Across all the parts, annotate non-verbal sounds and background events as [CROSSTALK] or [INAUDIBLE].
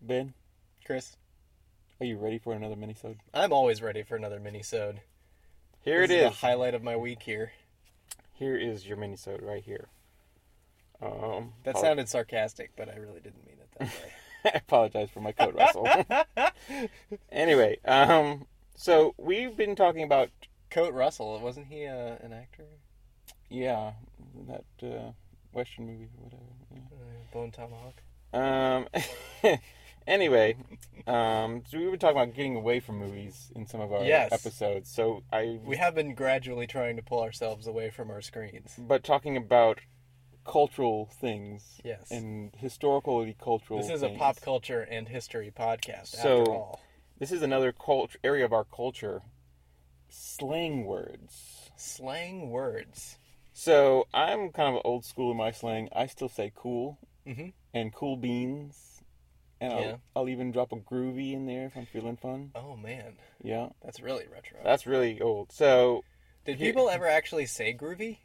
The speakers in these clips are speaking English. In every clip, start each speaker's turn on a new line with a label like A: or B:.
A: Ben, Chris, are you ready for another minisode?
B: I'm always ready for another mini-sode.
A: Here
B: this is the highlight of my week here.
A: Here is your minisode right here. Um,
B: That
A: apolo- [LAUGHS]
B: sounded sarcastic, but I really didn't mean it that way.
A: I apologize for my code rustle. [LAUGHS] anyway, um, so we've been talking about
B: Coat Russell, wasn't he uh, an actor?
A: yeah that uh, Western movie or whatever. yeah.
B: Uh, Bone Tomahawk.
A: Um, [LAUGHS] anyway, um, so we were talking about getting away from movies in some of our
B: Yes.
A: episodes. So I,
B: We have been gradually trying to pull ourselves away from our screens.
A: but talking about cultural things
B: Yes.
A: and historically cultural.
B: This is a
A: things.
B: pop culture and history podcast,
A: So-
B: after all.
A: This is another culture area of our culture. Slang words.
B: Slang words.
A: So I'm kind of old school in my slang. I still say cool
B: Mhm.
A: and cool beans, and
B: Yeah.
A: I'll, I'll even drop a groovy in there if I'm feeling fun.
B: Oh man,
A: Yeah,
B: that's really retro.
A: that's really old. So
B: Did
A: Here-
B: people ever actually say groovy?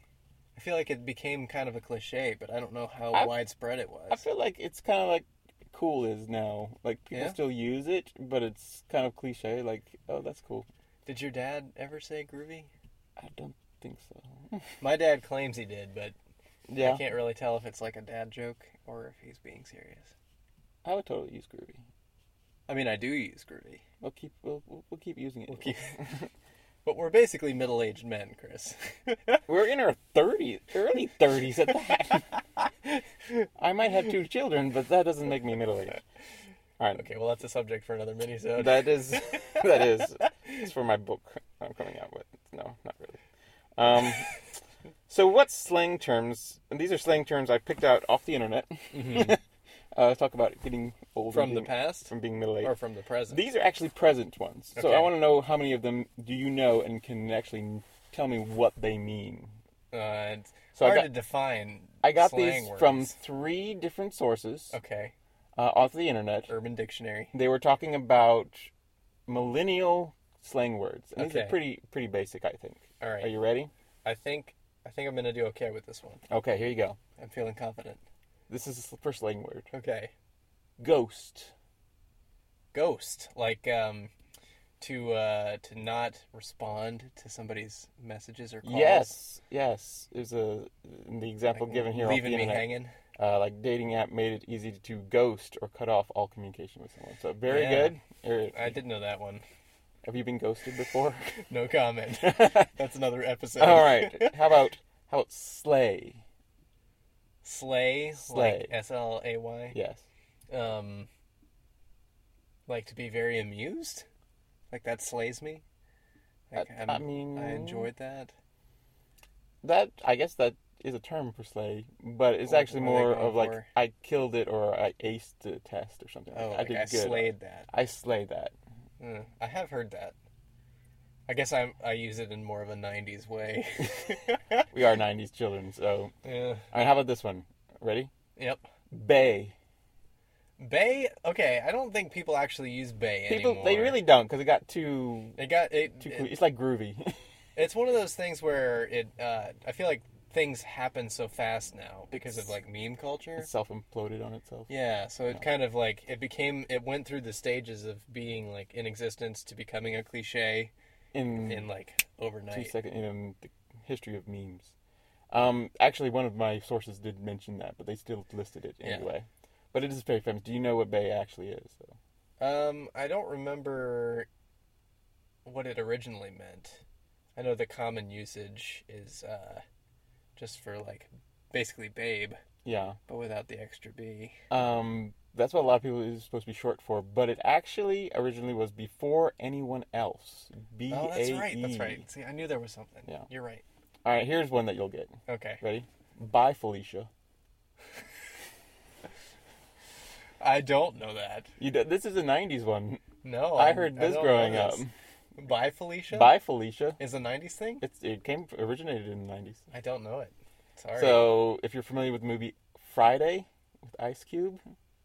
B: I feel like it became kind of a cliche, but I don't know how
A: I-
B: widespread it
A: I
B: was.
A: feel like it's kind of like cool is now. Like people
B: Yeah?
A: still use it, but it's kind of cliche. Like, oh, that's cool.
B: Did your dad ever say groovy?
A: I don't think so.
B: My dad claims he did, but I
A: yeah,
B: can't really tell if it's like a dad joke or if he's being serious.
A: I would totally use groovy.
B: I mean, I do use groovy,
A: We'll keep we'll, we'll we'll keep using it.
B: We'll keep- but we're basically middle-aged men, Chris. [LAUGHS]
A: We're in our thirties, early thirties at that. I might have two children, but that doesn't make me middle aged. All right,
B: okay, well that's a subject for another minisode.
A: that is that is it's for my book I'm coming out with. No, not really. Um, so what slang terms? And these are slang terms I picked out off the internet. [LAUGHS] uh, talk about getting old
B: Mm-hmm. from
A: and
B: the
A: being,
B: past
A: from being middle aged.
B: or from the present.
A: These are actually present ones. So I
B: Okay.
A: want to know how many of them do you know and can actually tell me what they mean.
B: Uh, it's
A: So I
B: hard
A: got-
B: to define.
A: I got
B: slang
A: these
B: words.
A: from three different sources
B: okay,
A: uh, off the internet.
B: Urban Dictionary.
A: They were talking about millennial slang words. And These are
B: Okay.
A: pretty pretty basic, I think.
B: All right.
A: Are you ready?
B: I think I think I'm gonna do okay with this one.
A: Okay, here you go.
B: I'm feeling confident.
A: This is the first slang word.
B: Okay,
A: Ghost.
B: ghost like um, to uh, to not respond to somebody's messages or calls.
A: Yes, yes. Is a the example given here. off
B: leaving
A: the
B: me
A: internet.
B: hanging.
A: Uh, like dating app made it easy to ghost or cut off all communication with someone. So very
B: Yeah.
A: good. Er,
B: I didn't know that one.
A: Have you been ghosted
B: [LAUGHS]
A: before? [LAUGHS]
B: No comment. That's another episode.
A: all right. How about how about slay?
B: Slay,
A: Slay.
B: like S L A Y.
A: Yes.
B: Um, like to be very amused. Like that slays me. Like
A: That-
B: I'm,
A: um, I mean-
B: I enjoyed that.
A: That I guess that is a term for slay, but it's
B: What-
A: actually
B: what are
A: more
B: they
A: of
B: going
A: like
B: for?
A: I killed it or I aced the test or something. Like,
B: Oh, like, I,
A: I did good.
B: slayed that.
A: I slayed that.
B: Uh, I have heard that. I guess I I use it in more of a
A: [LAUGHS]
B: '90s way. [LAUGHS]
A: We are '90s children, so.
B: Yeah.
A: All right. How about this one? Ready?
B: Yep.
A: Bay.
B: Bay. Okay, I don't think people actually use bay
A: People
B: anymore.
A: they really don't because it got too
B: It got it,
A: too.
B: it-
A: cl- it's like groovy. [LAUGHS]
B: It's one of those things where it. Uh, I feel like things happen so fast now because of like meme culture.
A: it's self imploded on itself.
B: Yeah, so it kind of like it became it went through the stages of being like in existence to becoming a cliche
A: In,
B: in like
A: two
B: overnight.
A: second in the history of memes. Um, actually, one of my sources did mention that, but they still listed it
B: Yeah.
A: anyway. But it is very famous. Do you know what bay actually is? Though?
B: Um, I don't remember what it originally meant. I know the common usage is uh, just for like basically babe,
A: Yeah.
B: but without the extra b.
A: Um, that's what a lot of people is supposed to be short for, but it actually originally was before anyone else. B A E.
B: Oh, that's right. That's right. See, I knew there was something.
A: Yeah.
B: You're right.
A: All right, here's one that you'll get.
B: Okay.
A: Ready? Bye, Felicia.
B: I don't know that.
A: You d- this is a '90s one.
B: No.
A: I
B: I'm-
A: heard
B: Oh, I
A: this
B: don't know
A: growing up.
B: this. Bye, Felicia.
A: Bye, Felicia.
B: is a '90s thing.
A: It's it came originated in the '90s.
B: I don't know it. Sorry.
A: So, if you're familiar with the movie Friday with Ice Cube,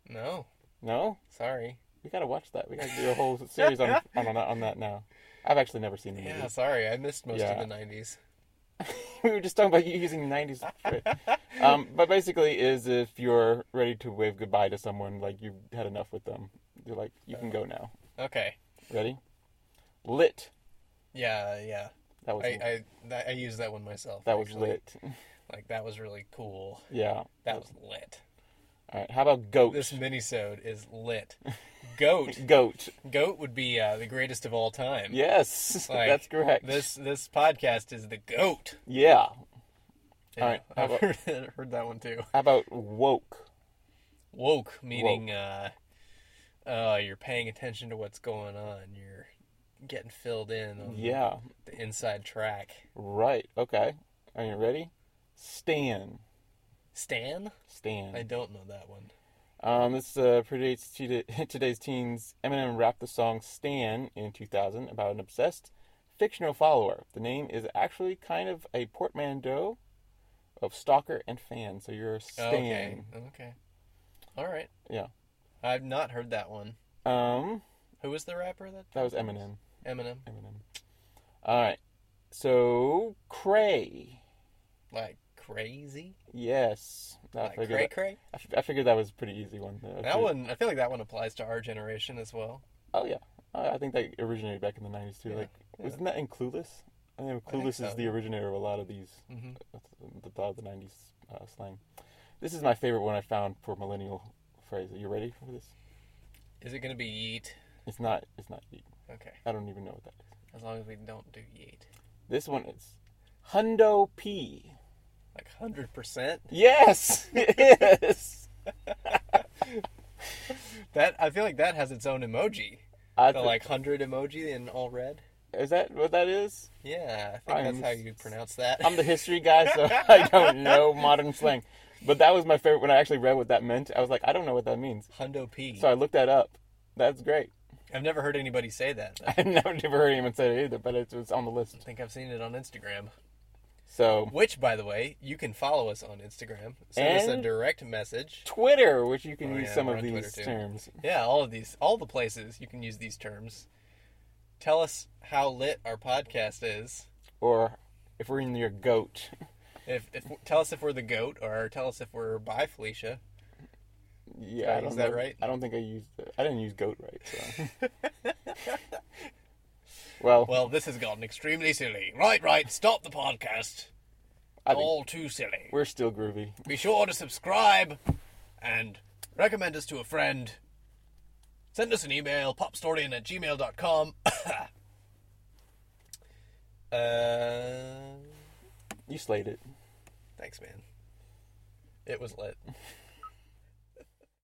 B: no,
A: no,
B: sorry.
A: we gotta watch that. We gotta do a
B: [LAUGHS]
A: whole series on on, on, that now. I've actually never seen the movie.
B: Yeah, sorry. I missed most
A: Yeah.
B: of the '90s.
A: [LAUGHS] we were just talking about you using 90s. shit. Um, but basically, is if you're ready to wave goodbye to someone, like you've had enough with them, you're like, you can go now.
B: Okay.
A: Ready? Lit.
B: Yeah, yeah.
A: That was
B: I I, that, I used that one myself.
A: that was
B: actually.
A: lit.
B: Like that was really cool.
A: Yeah.
B: That was lit.
A: All right. How about goat? [LAUGHS]
B: This minisode is lit. Goat.
A: Goat.
B: Goat would be uh, the greatest of all time.
A: Yes, [LAUGHS]
B: Like,
A: that's correct.
B: This this podcast is the goat.
A: Yeah.
B: Yeah,
A: All right, how
B: I've
A: about-
B: heard, heard that one too.
A: How about woke?
B: Woke meaning uh, uh, you're paying attention to what's going on. You're getting filled in on
A: Yeah.
B: the inside track.
A: Right. Okay. Are you ready? Stan.
B: Stan? I
A: Stan.
B: don't know that one.
A: Um, this uh, predates to- [LAUGHS] today's teens. Eminem rapped the song Stan in 2000 about an obsessed fictional follower. The name is actually kind of a portmanteau of stalker and fan. So you're a Stan.
B: Oh, Okay. Okay. All right.
A: Yeah.
B: I've not heard that one.
A: Um,
B: Who was the rapper that?
A: that was Eminem.
B: Eminem.
A: Eminem. All right. So cray.
B: Like crazy.
A: Yes. I
B: Like
A: figured
B: cray cray.
A: I, f- I figured that was a pretty easy one. That, was
B: That
A: pretty-
B: one. I feel like that one applies to our generation as well.
A: Oh yeah, I I think that originated back in the '90s too.
B: Yeah,
A: Like, wasn't that in Clueless? I think
B: think
A: Clueless is
B: so.
A: the originator of a lot of these,
B: hmm
A: uh, the, the, the '90s uh, slang. This is my favorite one I found for millennial phrase. Are you ready for this?
B: Is it gonna be yeet?
A: It's not. It's not. yeet.
B: Okay.
A: I don't even know what that is.
B: As long as we don't do yeet.
A: This one is Hundo P.
B: Like hundred percent.
A: Yes, [LAUGHS] yes.
B: That I feel like that has its own emoji.
A: I
B: The
A: th-
B: like hundred emoji in all red.
A: is that what that is?
B: Yeah, I think
A: I'm
B: that's how you pronounce that.
A: I'm the history guy, so [LAUGHS] I don't know modern slang. But that was my favorite when I actually read what that meant. I was like, I don't know what that means.
B: [LAUGHS] Hundo P.
A: So I looked that up. That's great. [LAUGHS]
B: have never heard anybody say that. though.
A: I've never never heard anyone say it either, but it's, it's on the
B: I
A: list.
B: think I've seen it on Instagram.
A: So
B: Which, by the way, you can follow us on Instagram. Send us a
A: And-
B: direct message.
A: Twitter, which you can
B: Oh,
A: use
B: yeah,
A: some
B: we're
A: of
B: on Twitter
A: these
B: too.
A: terms.
B: Yeah, all of these, all the places you can use these terms. Tell us how lit our podcast is.
A: Or if we're in your goat, [LAUGHS]
B: If, if tell us if we're the goat, or tell us if we're by Felicia. Did
A: yeah,
B: I
A: I don't
B: use that
A: know.
B: right?
A: I don't think I used. The, I didn't use goat right. So. [LAUGHS] well,
B: Well, this has gotten extremely silly. Right, right. Stop the podcast.
A: I think
B: All too silly.
A: we're still groovy.
B: Be sure to subscribe, and recommend us to a friend. Send us an email, popstoryin at [COUGHS] gmail.com. uh,
A: You slayed it.
B: Uh, thanks, man. It was lit.